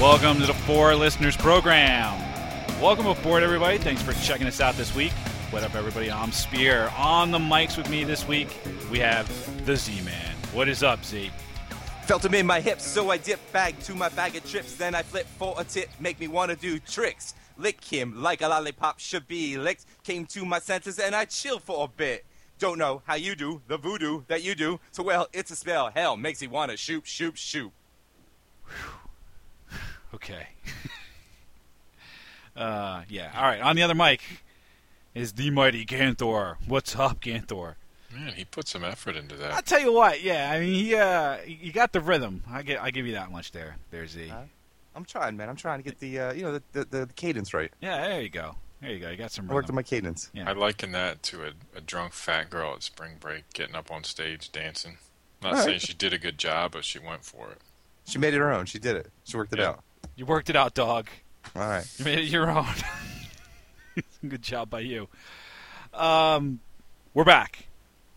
Welcome to the Four Listeners Program. Welcome aboard, everybody. Thanks for checking us out this week. What up, everybody? I'm Spear. On the mics with me this week, we have the Z Man. What is up, Z? Felt them in my hips, so I dip back to my bag of trips. Then I flip for a tip, make me wanna do tricks. Lick him like a lollipop should be licked. Came to my senses and I chill for a bit. Don't know how you do the voodoo that you do. So well, it's a spell. Hell makes you wanna shoot, shoot, shoot. Okay. uh, yeah. All right. On the other mic is the mighty Ganthor. What's up, Ganthor? Man, he put some effort into I'll that. tell you what. Yeah, I mean, he uh, you got the rhythm. I get, I give you that much there. There's Z. Huh? I'm trying, man. I'm trying to get the uh, you know the, the, the cadence right. Yeah, there you go. There you go. You got some I worked on rhythm. my cadence. Yeah. I liken that to a, a drunk fat girl at spring break getting up on stage dancing. Not All right. saying she did a good job, but she went for it. She made it her own. She did it. She worked it Yeah. out. You worked it out, dog. All right. You made it your own. Good job by you. Um, we're back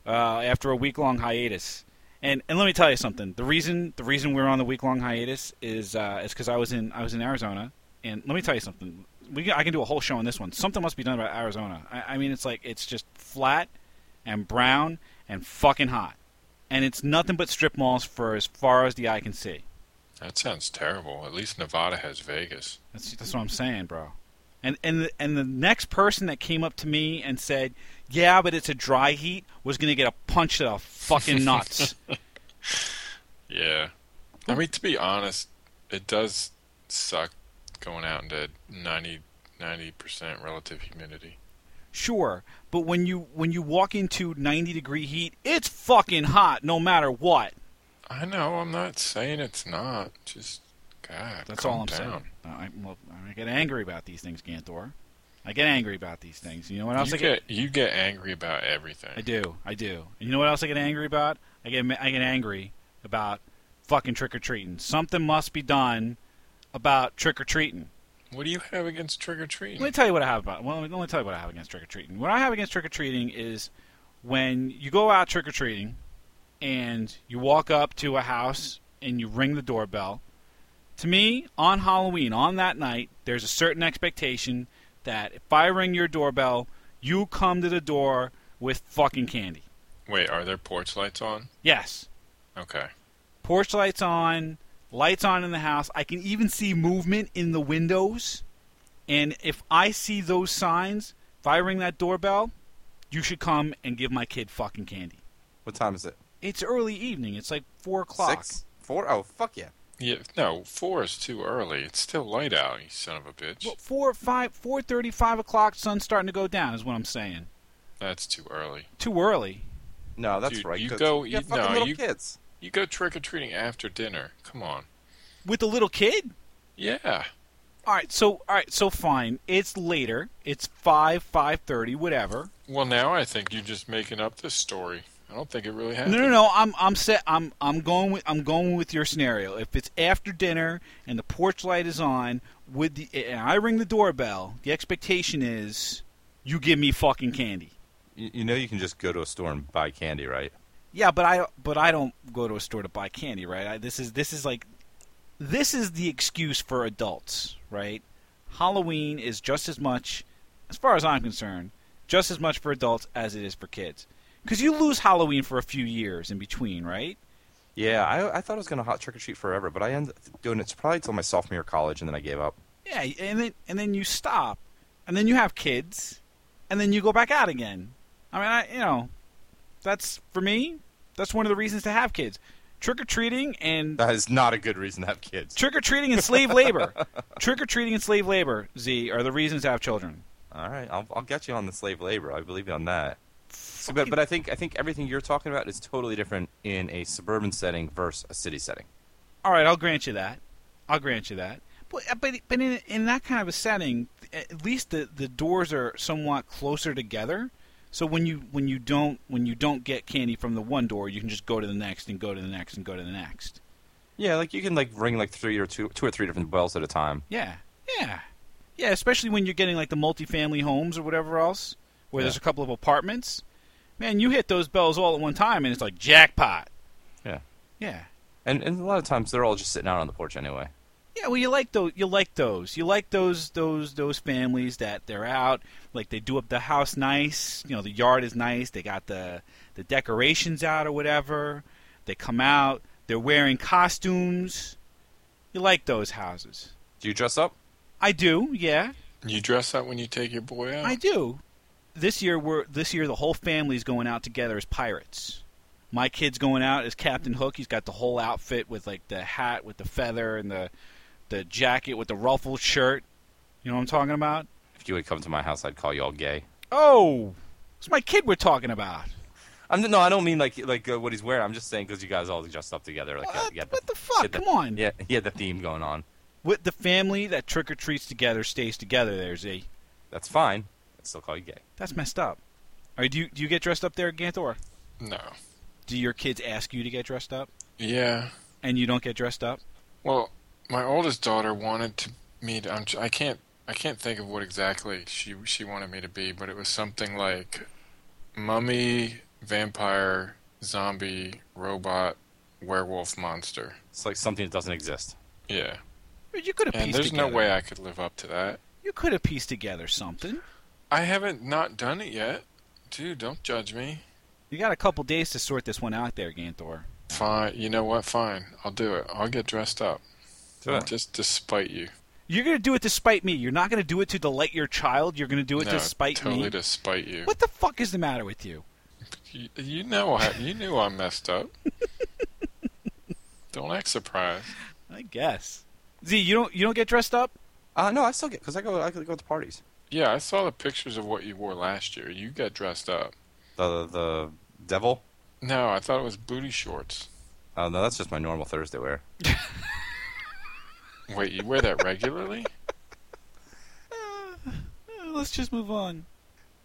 uh, after a week long hiatus, and and let me tell you something. The reason the reason we're on the week long hiatus is uh, is because I was in I was in Arizona, and let me tell you something. We can, I can do a whole show on this one. Something must be done about Arizona. I, I mean, it's like it's just flat and brown and fucking hot, and it's nothing but strip malls for as far as the eye can see. That sounds terrible. At least Nevada has Vegas. That's that's what I'm saying, bro. And and the, and the next person that came up to me and said, "Yeah, but it's a dry heat," was gonna get a punch to the fucking nuts. Yeah. I mean, to be honest, it does suck going out into 90, 90% relative humidity. sure, but when you when you walk into 90 degree heat, it's fucking hot no matter what. I know. I'm not saying it's not. Just, God, That's calm all I'm down. saying. Uh, I, well, I get angry about these things, Ganthor. I get angry about these things. You know what else You I get? get, you get angry about everything. I do, I do. And you know what else I get angry about? I get ma- I get angry about fucking trick or treating. Something must be done about trick or treating. What do you have against trick or Let me treating? tell you what I have about. Well, let me, let me tell you what I have against trick or treating. What I have against trick or treating is when you go out trick or treating and you walk up to a house and you ring the doorbell. To me, on Halloween, on that night, there's a certain expectation that if I ring your doorbell, you come to the door with fucking candy. Wait, are there porch lights on? Yes, Okay. porch lights on, lights on in the house. I can even see movement in the windows. And if I see those signs, if I ring that doorbell, you should come and give my kid fucking candy. What time is it? It's early evening. It's like four o'clock. Six? Four? Oh, fuck yeah. Yeah, no, four is too early. It's still light out, you son of a bitch. Well, four, five, four thirty, five o'clock. Sun's starting to go down. Is what I'm saying. That's too early. Too early. No, that's Dude, right. you 'cause go- You got you- fucking no, little you- kids. You go trick or treating after dinner. Come on. With a little kid. Yeah. All right. So all right. So fine. It's later. It's five, five thirty, whatever. Well, now I think you're just making up this story. I don't think it really happened. No, no, no. I'm I'm set. I'm I'm going with I'm going with your scenario. If it's after dinner and the porch light is on, with the and I ring the doorbell, the expectation is you give me fucking candy. You, you know you can just go to a store and buy candy, right? Yeah, but I but I don't go to a store to buy candy, right? I, this is this is like this is the excuse for adults, right? Halloween is just as much, as far as I'm concerned, just as much for adults as it is for kids. Because you lose Halloween for a few years in between, right? Yeah, I, I thought I was going to hot trick or treat forever, but I ended up doing it probably till my sophomore year of college, and then I gave up. Yeah, and then and then you stop, and then you have kids, and then you go back out again. I mean, I you know, that's for me. That's one of the reasons to have kids. Trick or treating and That is not a good reason to have kids. trick or treating and slave labor. trick or treating and slave labor. Z are the reasons to have children. All right, I'll, I'll get you on the slave labor. I believe you on that. So, but, but I think I think everything you're talking about is totally different in a suburban setting versus a city setting. All right, I'll grant you that. I'll grant you that. But uh, but but in in that kind of a setting, at least the the doors are somewhat closer together. So when you when you don't when you don't get candy from the one door, you can just go to the next and go to the next and go to the next. Yeah, like you can like ring like three or two, two or three different bells at a time. Yeah, yeah, yeah. Especially when you're getting like the multifamily homes or whatever else, where there's a Yeah. couple of apartments. Man, you hit those bells all at one time, and it's like jackpot. Yeah. Yeah. And and a lot of times they're all just sitting out on the porch anyway. Yeah, well, you like those. You like those. You like those those those families that they're out. Like they do up the house nice. You know, the yard is nice. They got the the decorations out or whatever. They come out. They're wearing costumes. You like those houses. Do you dress up? I do. Yeah, You dress up when you take your boy out. I do. This year, we're this year the whole family's going out together as pirates. My kid's going out as Captain Hook. He's got the whole outfit with like the hat with the feather and the the jacket with the ruffled shirt. You know what I'm talking about? If you would come to my house, I'd call you all gay. Oh, it's my kid we're talking about. I'm no, I don't mean like like uh, what he's wearing. I'm just saying because you guys all dressed up together. Like, uh, What, you had what the fuck? get the- Come on. yeah, yeah, the theme going on. With the family that trick or treats together stays together. There, Z. That's fine. I'd still call you gay. That's messed up. All right, do you do you get dressed up there, Gantor? No. Do your kids ask you to get dressed up Yeah. and you don't get dressed up? Well, my oldest daughter wanted to me to. I'm, tr- I can't. I can't think of what exactly she she wanted me to be, but it was something like mummy, vampire, zombie, robot, werewolf, monster. It's like something that doesn't exist. Yeah. You could have And pieced there's together. no way I could live up to that. You could have pieced together something. I haven't not done it yet. Dude, don't judge me. You got a couple days to sort this one out there, Gantor. Fine. You know what? Fine. I'll do it. I'll get dressed up. Do it. Just despite you. You're going to do it to spite me. You're not going to do it to delight your child. You're going to do it no, to spite totally me. despite you. What the fuck is the matter with you? You, you know I you knew I messed up. Don't act surprised. I guess. Z, you don't you don't get dressed up? Uh, no, I still get because I go I go to parties. Yeah, I saw the pictures of what you wore last year. You got dressed up. The the devil. No, I thought it was booty shorts. Uh, no, that's just my normal Thursday wear. Wait, you wear that regularly? Uh, Let's just move on.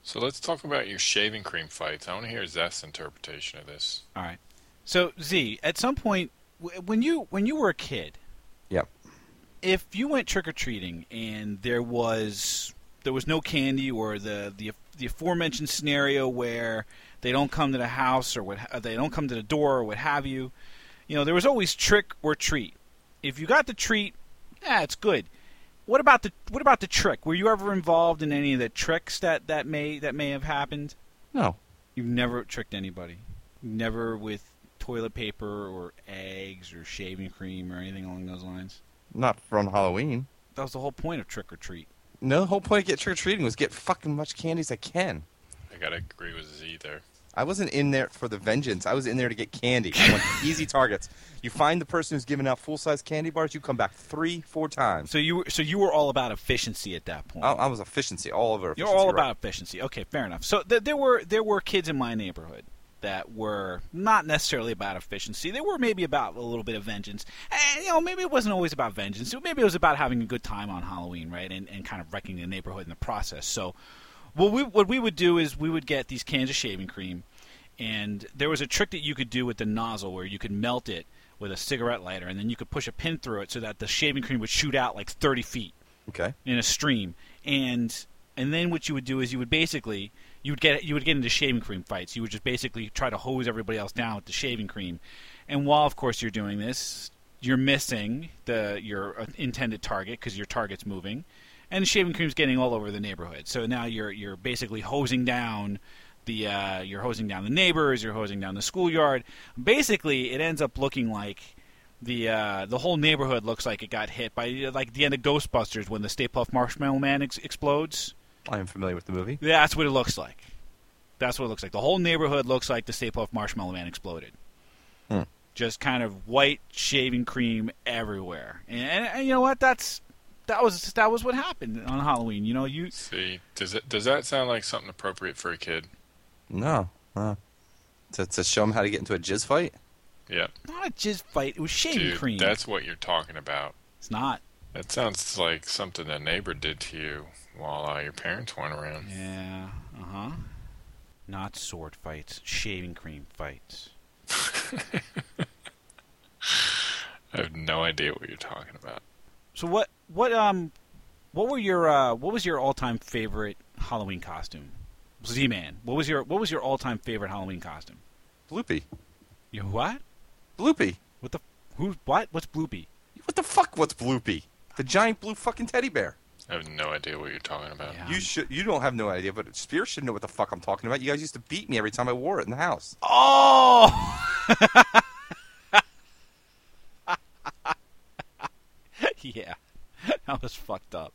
So let's talk about your shaving cream fights. I want to hear Zeth's interpretation of this. All right. So Z, at some point w- when you when you were a kid, Yep. if you went trick or treating and there was there was no candy or the the the aforementioned scenario where they don't come to the house or what or they don't come to the door or what have you, you know there was always trick or treat. If you got the treat, yeah, it's good. What about the what about the trick? Were you ever involved in any of the tricks that that may that may have happened? No. You've never tricked anybody. Never with toilet paper or eggs or shaving cream or anything along those lines. Not from Halloween. That was the whole point of trick or treat. No, the whole point of get trick or treating was get fucking much candy as I can. I gotta agree with Z there. I wasn't in there for the vengeance. I was in there to get candy. I want easy targets. You find the person who's giving out full size candy bars, you come back three, four times. So you were, so you were all about efficiency at that point. I, I was efficiency all over. You're efficiency, all right. about efficiency. Okay, fair enough. So th- there were there were kids in my neighborhood that were not necessarily about efficiency. They were maybe about a little bit of vengeance. And, you know, maybe it wasn't always about vengeance. Maybe it was about having a good time on Halloween, right? And and kind of wrecking the neighborhood in the process. So what we what we would do is we would get these cans of shaving cream, and there was a trick that you could do with the nozzle where you could melt it with a cigarette lighter, and then you could push a pin through it so that the shaving cream would shoot out like 30 feet Okay. in a stream and and then what you would do is you would basically you would get you would get into shaving cream fights you would just basically try to hose everybody else down with the shaving cream and while of course you're doing this you're missing the your uh, intended target because your target's moving and the shaving cream's getting all over the neighborhood so now you're you're basically hosing down the uh, you're hosing down the neighbors you're hosing down the schoolyard basically it ends up looking like the uh, the whole neighborhood looks like it got hit by like the end of Ghostbusters when the Stay Puft Marshmallow Man ex- explodes. I am familiar with the movie. That's what it looks like. That's what it looks like. The whole neighborhood looks like the Stay Puft Marshmallow Man exploded. Hmm. Just kind of white shaving cream everywhere, and, and, and you know what? That's that was that was what happened on Halloween. You know, you See, does it does that sound like something appropriate for a kid? No. no. To, to show them how to get into a jizz fight? Yeah, not a jizz fight. It was shaving dude, cream. that's what you're talking about. It's not. That sounds like something a neighbor did to you while uh, your parents weren't around. Yeah. Uh huh. Not sword fights. Shaving cream fights. I have no idea what you're talking about. So what what um what were your uh, what was your all time favorite Halloween costume? Z Man. What was your what was your all time favorite Halloween costume? Bloopy. Your what? Bloopy. What the who what? What's Bloopy? What the What the fuck? What's Bloopy? The giant blue fucking teddy bear. I have no idea what you're talking about. Yeah. You should. You don't have no idea, but Spear should know what the fuck I'm talking about. You guys used to beat me every time I wore it in the house. Oh. yeah, that was fucked up.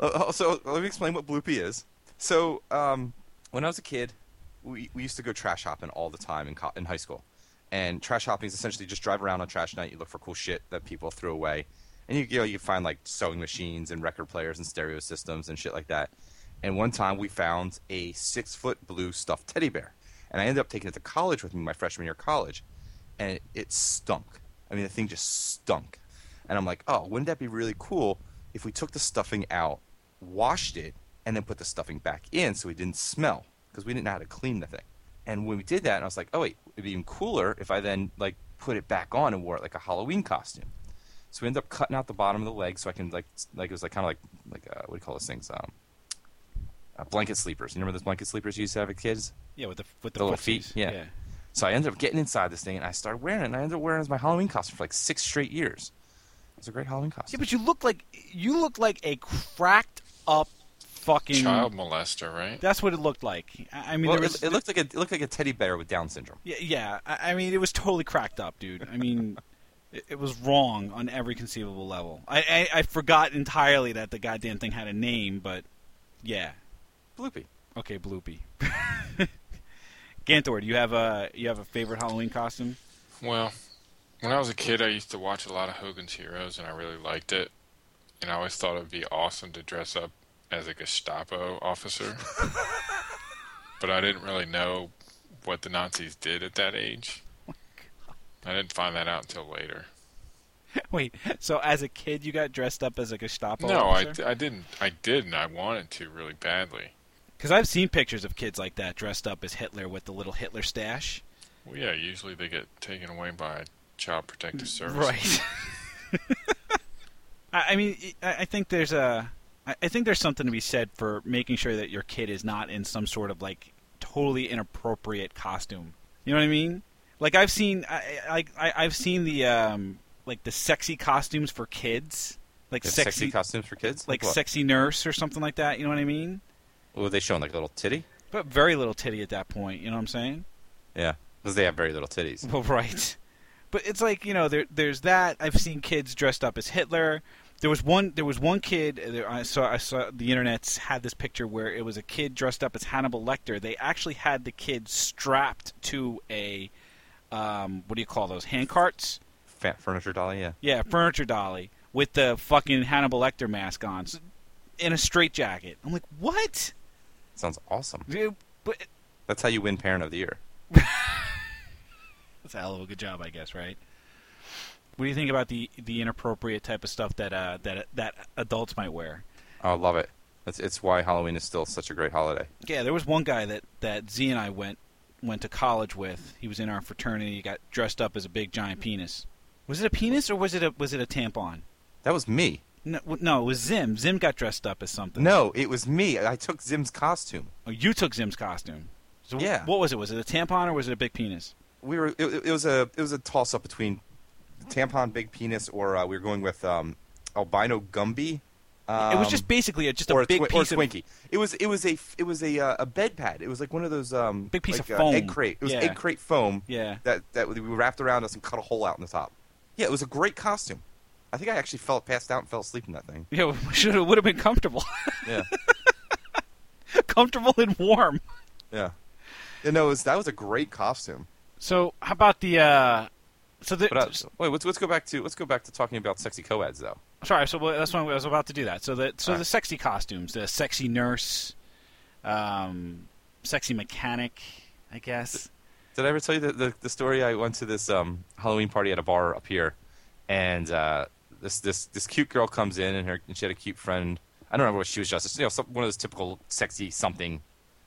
Uh, uh, So let me explain what Bloopy is. So um, when I was a kid, we, we used to go trash hopping all the time in, co- in high school. And trash hopping is essentially just drive around on trash night. You look for cool shit that people threw away, and you you, know, you find like sewing machines and record players and stereo systems and shit like that. And one time we found a six foot blue stuffed teddy bear, and I ended up taking it to college with me my freshman year of college, and it, it stunk. I mean, the thing just stunk. And I'm like, oh, wouldn't that be really cool if we took the stuffing out, washed it, and then put the stuffing back in so it didn't smell because we didn't know how to clean the thing. And when we did that, and I was like, oh wait, it'd be even cooler if I then like put it back on and wore it like a Halloween costume. So we ended up cutting out the bottom of the leg so I can like s- like it was like kind of like like uh, what do you call those things? Um, uh, blanket sleepers. You remember those blanket sleepers you used to have as kids? Yeah, with the with the, The little feet, footsies. yeah. So I ended up getting inside this thing and I started wearing it. And I ended up wearing it as my Halloween costume for like six straight years. It's a great Halloween Yeah, costume. but you look like you look like a cracked up fucking. Child molester, right? That's what it looked like. I I mean, well, there was, it, it looked like a, it looked like a teddy bear with Down syndrome. Yeah, yeah. I, I mean, it was totally cracked up, dude. I mean, it, it was wrong on every conceivable level. I, I I forgot entirely that the goddamn thing had a name, but yeah. Bloopy. Okay, Bloopy. Gantor, do you have a you have a favorite Halloween costume? Well, when I was a kid, I used to watch a lot of Hogan's Heroes, and I really liked it. And I always thought it'd be awesome to dress up as a Gestapo officer. but I didn't really know what the Nazis did at that age. Oh I didn't find that out until later. Wait, so as a kid you got dressed up as a Gestapo no, I, officer? I didn't. I did, and I wanted to really badly. Because I've seen pictures of kids like that dressed up as Hitler with the little Hitler stash. Well, yeah, usually they get taken away by Child Protective Services. Right. I, I mean, I, I think there's a, I, I think there's something to be said for making sure that your kid is not in some sort of like totally inappropriate costume. You know what I mean? Like I've seen, I, I, I I've seen the um, like the sexy costumes for kids, like They have sexy, sexy costumes for kids. like what? sexy nurse or something like that. You know what I mean? What were they showing? Like a little titty? But very little titty at that point. You know what I'm saying? Yeah, because they have very little titties. Well, right. But it's like you know, there, there's that. I've seen kids dressed up as Hitler. There was one. There was one kid. uh, There, I saw. I saw the internet's had this picture where it was a kid dressed up as Hannibal Lecter. They actually had the kid strapped to a, um, what do you call those hand carts? Fa- furniture dolly, yeah. Yeah, furniture dolly with the fucking Hannibal Lecter mask on, s in a straitjacket. I'm like, what? Sounds awesome. Dude, but That's how you win Parent of the Year. That's a hell of a good job, I guess, right? What do you think about the the inappropriate type of stuff that uh, that that adults might wear? Oh, I love it. That's it's why Halloween is still such a great holiday. Yeah, there was one guy that that Z and I went went to college with. He was in our fraternity. He got dressed up as a big giant penis. Was it a penis or was it a was it a tampon? That was me. No, w- no, it was Zim. Zim got dressed up as something. No, it was me. I took Zim's costume. oh, you took Zim's costume. So wh- Yeah. what was it? Was it a tampon or was it a big penis? We were. It, it was a. It was a toss up between tampon, big penis, or uh, we were going with um, albino Gumby. it was um, just basically a, just or a big twi- piece or of Twinkie. It was it was a it was a uh, a bed pad. It was like one of those um Big piece like, of uh, foam. egg crate. It was Yeah. egg crate foam. Yeah. That that we wrapped around us and cut a hole out in the top. Yeah, it was a great costume. I think I actually fell passed out and fell asleep in that thing. Yeah, should have would have been comfortable, Yeah. comfortable and warm. yeah. Yeah, no, it was, that was a great costume. So how about the uh, so the But uh, wait, let's let's go back to let's go back to talking about sexy co-eds though. sorry. So that's when I was about to do that. So the so All the right. sexy costumes, the sexy nurse, um, sexy mechanic, I guess. Did I ever tell you the, the, the story? I went to this um, Halloween party at a bar up here, and uh, this this this cute girl comes in, and her and she had a cute friend. I don't remember what she was dressed. as, You know, some, one of those typical sexy something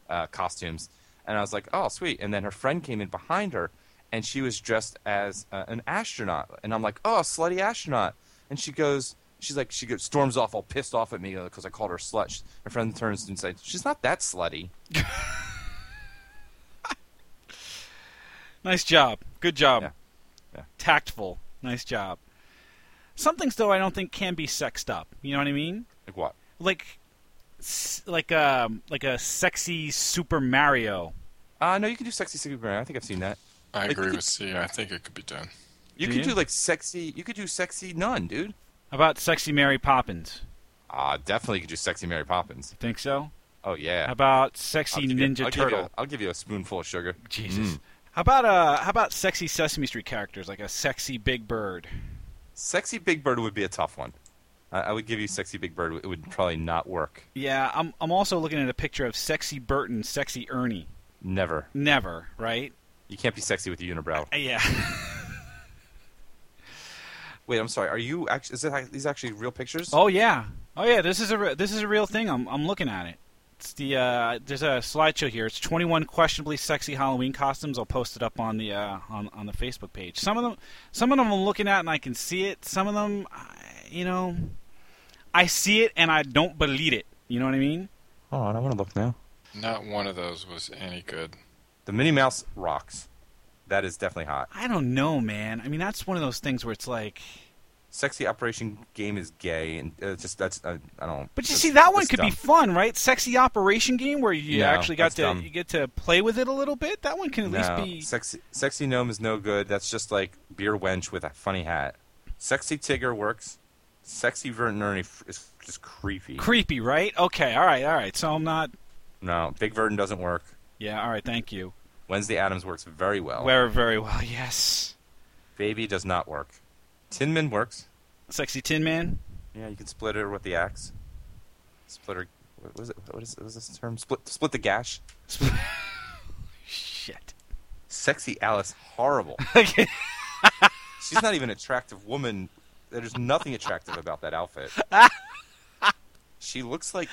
uh, costumes. And I was like, oh sweet. And then her friend came in behind her, and she was dressed as uh, an astronaut. And I'm like, oh slutty astronaut. And she goes, she's like, she goes, storms off, all pissed off at me because I called her slut. She- Her friend turns and says, she's not that slutty. Nice job. Good job. Yeah. Yeah. Tactful. Nice job. Some things though I don't think can be sexed up. You know what I mean? Like what? Like s- like um like a sexy Super Mario. Uh, no, you can do sexy Superman. I think I've seen that. I Like, agree you- with C. I think it could be done. You Do could you? do like sexy. You could do sexy nun, dude. How about sexy Mary Poppins? Ah, definitely could do sexy Mary Poppins. Think so? Oh How yeah. about sexy I'll give you- Ninja I'll give you Turtle? a- I'll give you a spoonful of sugar. Jesus. Mm. How about uh how about sexy Sesame Street characters like a sexy Big Bird? Sexy Big Bird would be a tough one. I, I would give you sexy Big Bird. It would probably not work. Yeah, I'm I'm also looking at a picture of sexy Bert and sexy Ernie. Never. Never, right? You can't be sexy with a unibrow. Uh, Yeah. Wait, I'm sorry. Are you actually? Is it, ac- these actually real pictures? Oh yeah, oh yeah. This is a re- this is a real thing. I'm I'm looking at it. It's the uh, there's a slideshow here. It's 21 questionably sexy Halloween costumes. I'll post it up on the uh, on on the Facebook page. Some of them some of them I'm looking at and I can see it. Some of them, I- you know, I see it and I don't believe it. You know what I mean? Hold on, I want to look now. Not one of those was any good. The Minnie Mouse rocks. That is definitely hot. I don't know, man. I mean, that's one of those things where it's like. Sexy Operation Game is gay, and uh, just that's uh, I don't. But you that's- see, that one that's could be dumb. fun, right? Sexy operation game where you No, actually got that's to dumb. you get to play with it a little bit. That one can at No, least be. sexy. Sexy gnome is no good. That's just like beer wench with a funny hat. Sexy Tigger works. Sexy Vert and Ernie f- is just creepy. creepy, right? Okay, all right, all right. So I'm not. no, Big Verdon doesn't work. Yeah, all right. Thank you. Wednesday Adams works very well. Very, very well. Yes. Baby does not work. Tinman works. Sexy Tin Man. Yeah, you can split her with the axe. Split her. What was it? What is, what is this term? Split. Split the gash. Sp- Shit. Sexy Alice, horrible. Okay. She's not even an attractive woman. There's nothing attractive about that outfit. She looks like.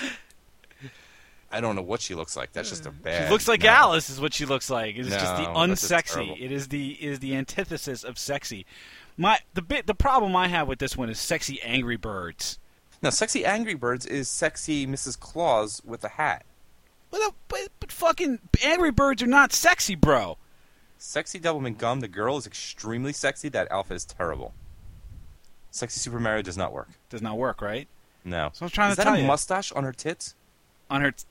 I don't know what she looks like. That's just a bad. She looks like Eh, no. Alice is what she looks like. It's just the No, that's just unsexy. terrible. It is the is the antithesis of sexy. My the bit the problem I have with this one is sexy Angry Birds. No, sexy Angry Birds is sexy Mrs. Claus with a hat. Well, no, but, but fucking Angry Birds are not sexy, bro. Sexy Doublemint Gum, the girl is extremely sexy. That outfit is terrible. Sexy Super Mario does not work. Does not work, right? No. So I'm trying is to that tell a you. mustache on her tits? On her. T-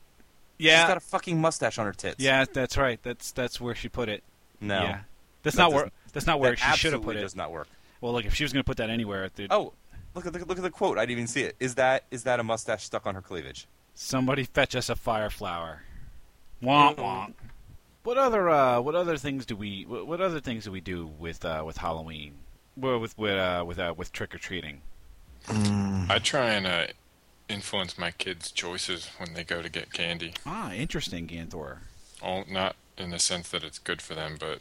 She's got yeah. a fucking mustache on her tits. Yeah, that's right. That's that's where she put it. No. Yeah. That's That not where doesn't- that's not where That she should have absolutely put it. does not work. Well, look, if she was going to put that anywhere, dude, Oh, look at look, at- look at the quote. I didn't even see it. Is that is that a mustache stuck on her cleavage? somebody fetch us a fire flower. Womp womp. What other uh, what other things do we what, what other things do we do with uh, with Halloween? Well, with with uh, with uh, with trick or treating. Mm. I try and uh, influence my kids' choices when they go to get candy. Ah, interesting, Ganthor. Oh, not in the sense that it's good for them, but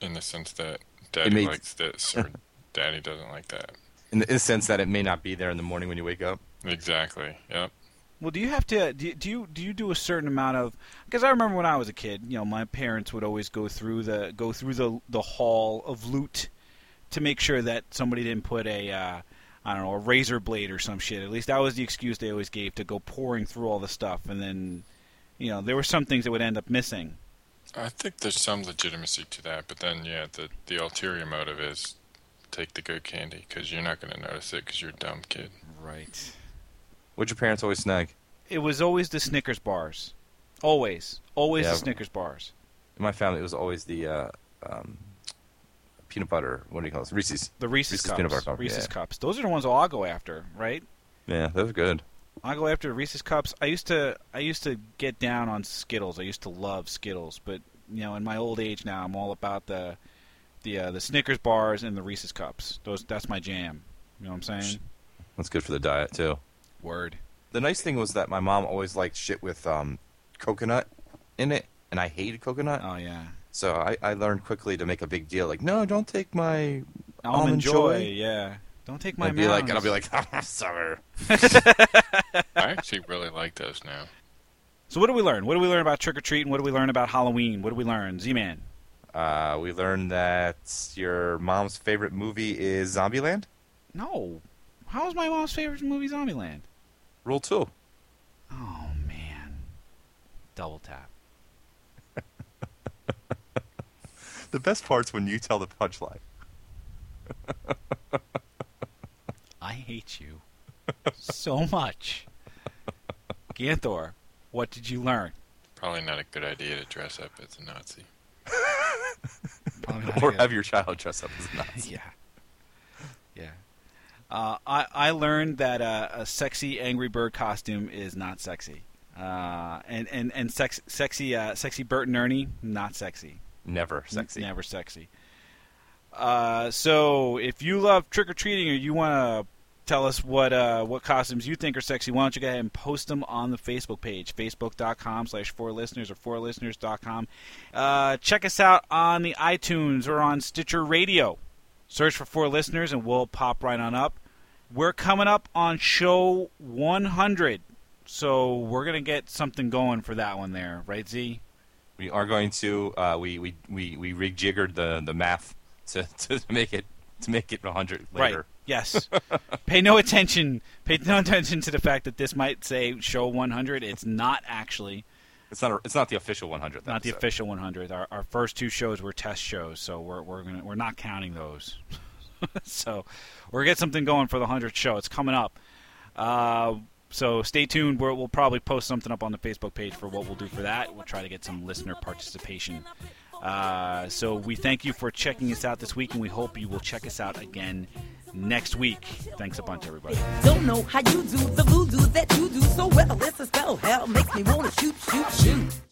in the sense that daddy may- likes this or daddy doesn't like that. In the, in the sense that it may not be there in the morning when you wake up. Exactly. Yep. Well, do you have to do you- do you do you do a certain amount of because I remember when I was a kid, you know, my parents would always go through the go through the the hall of loot to make sure that somebody didn't put a uh, I don't know a razor blade or some shit. At least that was the excuse they always gave to go pouring through all the stuff, and then you know there were some things that would end up missing. I think there's some legitimacy to that, but then yeah, the the ulterior motive is take the good candy because you're not going to notice it because you're a dumb kid. Right. What'd your parents always snag? It was always the Snickers bars, always, always Yeah. the Snickers bars. In my family, it was always the uh, um, peanut butter. What do you call this? Reese's. The Reese's, Reese's cups, peanut butter cup, Reese's yeah. cups. Those are the ones I'll go after, right? Yeah, those are good. I go after Reese's cups. I used to I used to get down on Skittles. I used to love Skittles, but you know, in my old age now, I'm all about the the uh, the Snickers bars and the Reese's cups. Those that's my jam. You know what I'm saying? That's good for the diet too. Word. The nice thing was that my mom always liked shit with um, coconut in it, and I hated coconut. Oh yeah. So I, I learned quickly to make a big deal. Like, no, don't take my. Almond, Almond joy. Joy. Yeah. Don't take my. I'd be like, and I'll Mounds. be like, I'm sorry. I actually really like those now. So what do we learn? What do we learn about trick or treating? What do we learn about Halloween? What do we learn? Z-Man. Uh, we learned that your mom's favorite movie is Zombieland. No. How is my mom's favorite movie Zombieland? Rule two. Oh man. Double tap. The best part's when you tell the punchline. hate you so much. Ganthor, what did you learn? Probably not a good idea to dress up as a Nazi. Probably not or good. have your child dress up as a Nazi. Yeah. Yeah. Uh, I, I learned that uh, a sexy Angry Bird costume is not sexy. Uh, and and, and sex, sexy uh, sexy Bert and Ernie, not sexy. Never sexy. Never sexy. Uh, so if you love trick or treating or you want to tell us what uh, what costumes you think are sexy, why don't you go ahead and post them on the Facebook page, facebook.com slash four listeners or fourlisteners.com. Uh, check us out on the iTunes or on Stitcher Radio. Search for four listeners and we'll pop right on up. We're coming up on show 100, so we're gonna get something going for that one there, right, Z? We are going to uh, we, we we we rejiggered the the math to, to make it to make it 100 later. Right. Yes. pay no attention. Pay no attention to the fact that this might say show 100. It's not actually. It's not a, it's not the official 100th. Not the episode. official 100. Our, our first two shows were test shows, so we're we're gonna, we're not counting those. so we're gonna get something going for the 100th show. It's coming up. Uh, so stay tuned. We're, we'll probably post something up on the Facebook page for what we'll do for that. We'll try to get some listener participation. Uh, so we thank you for checking us out this week, and we hope you will check us out again next week. Thanks a bunch, everybody. Don't know how you do the voodoo that you do so well. It's a spell. Hell makes me wanna shoot, shoot, shoot.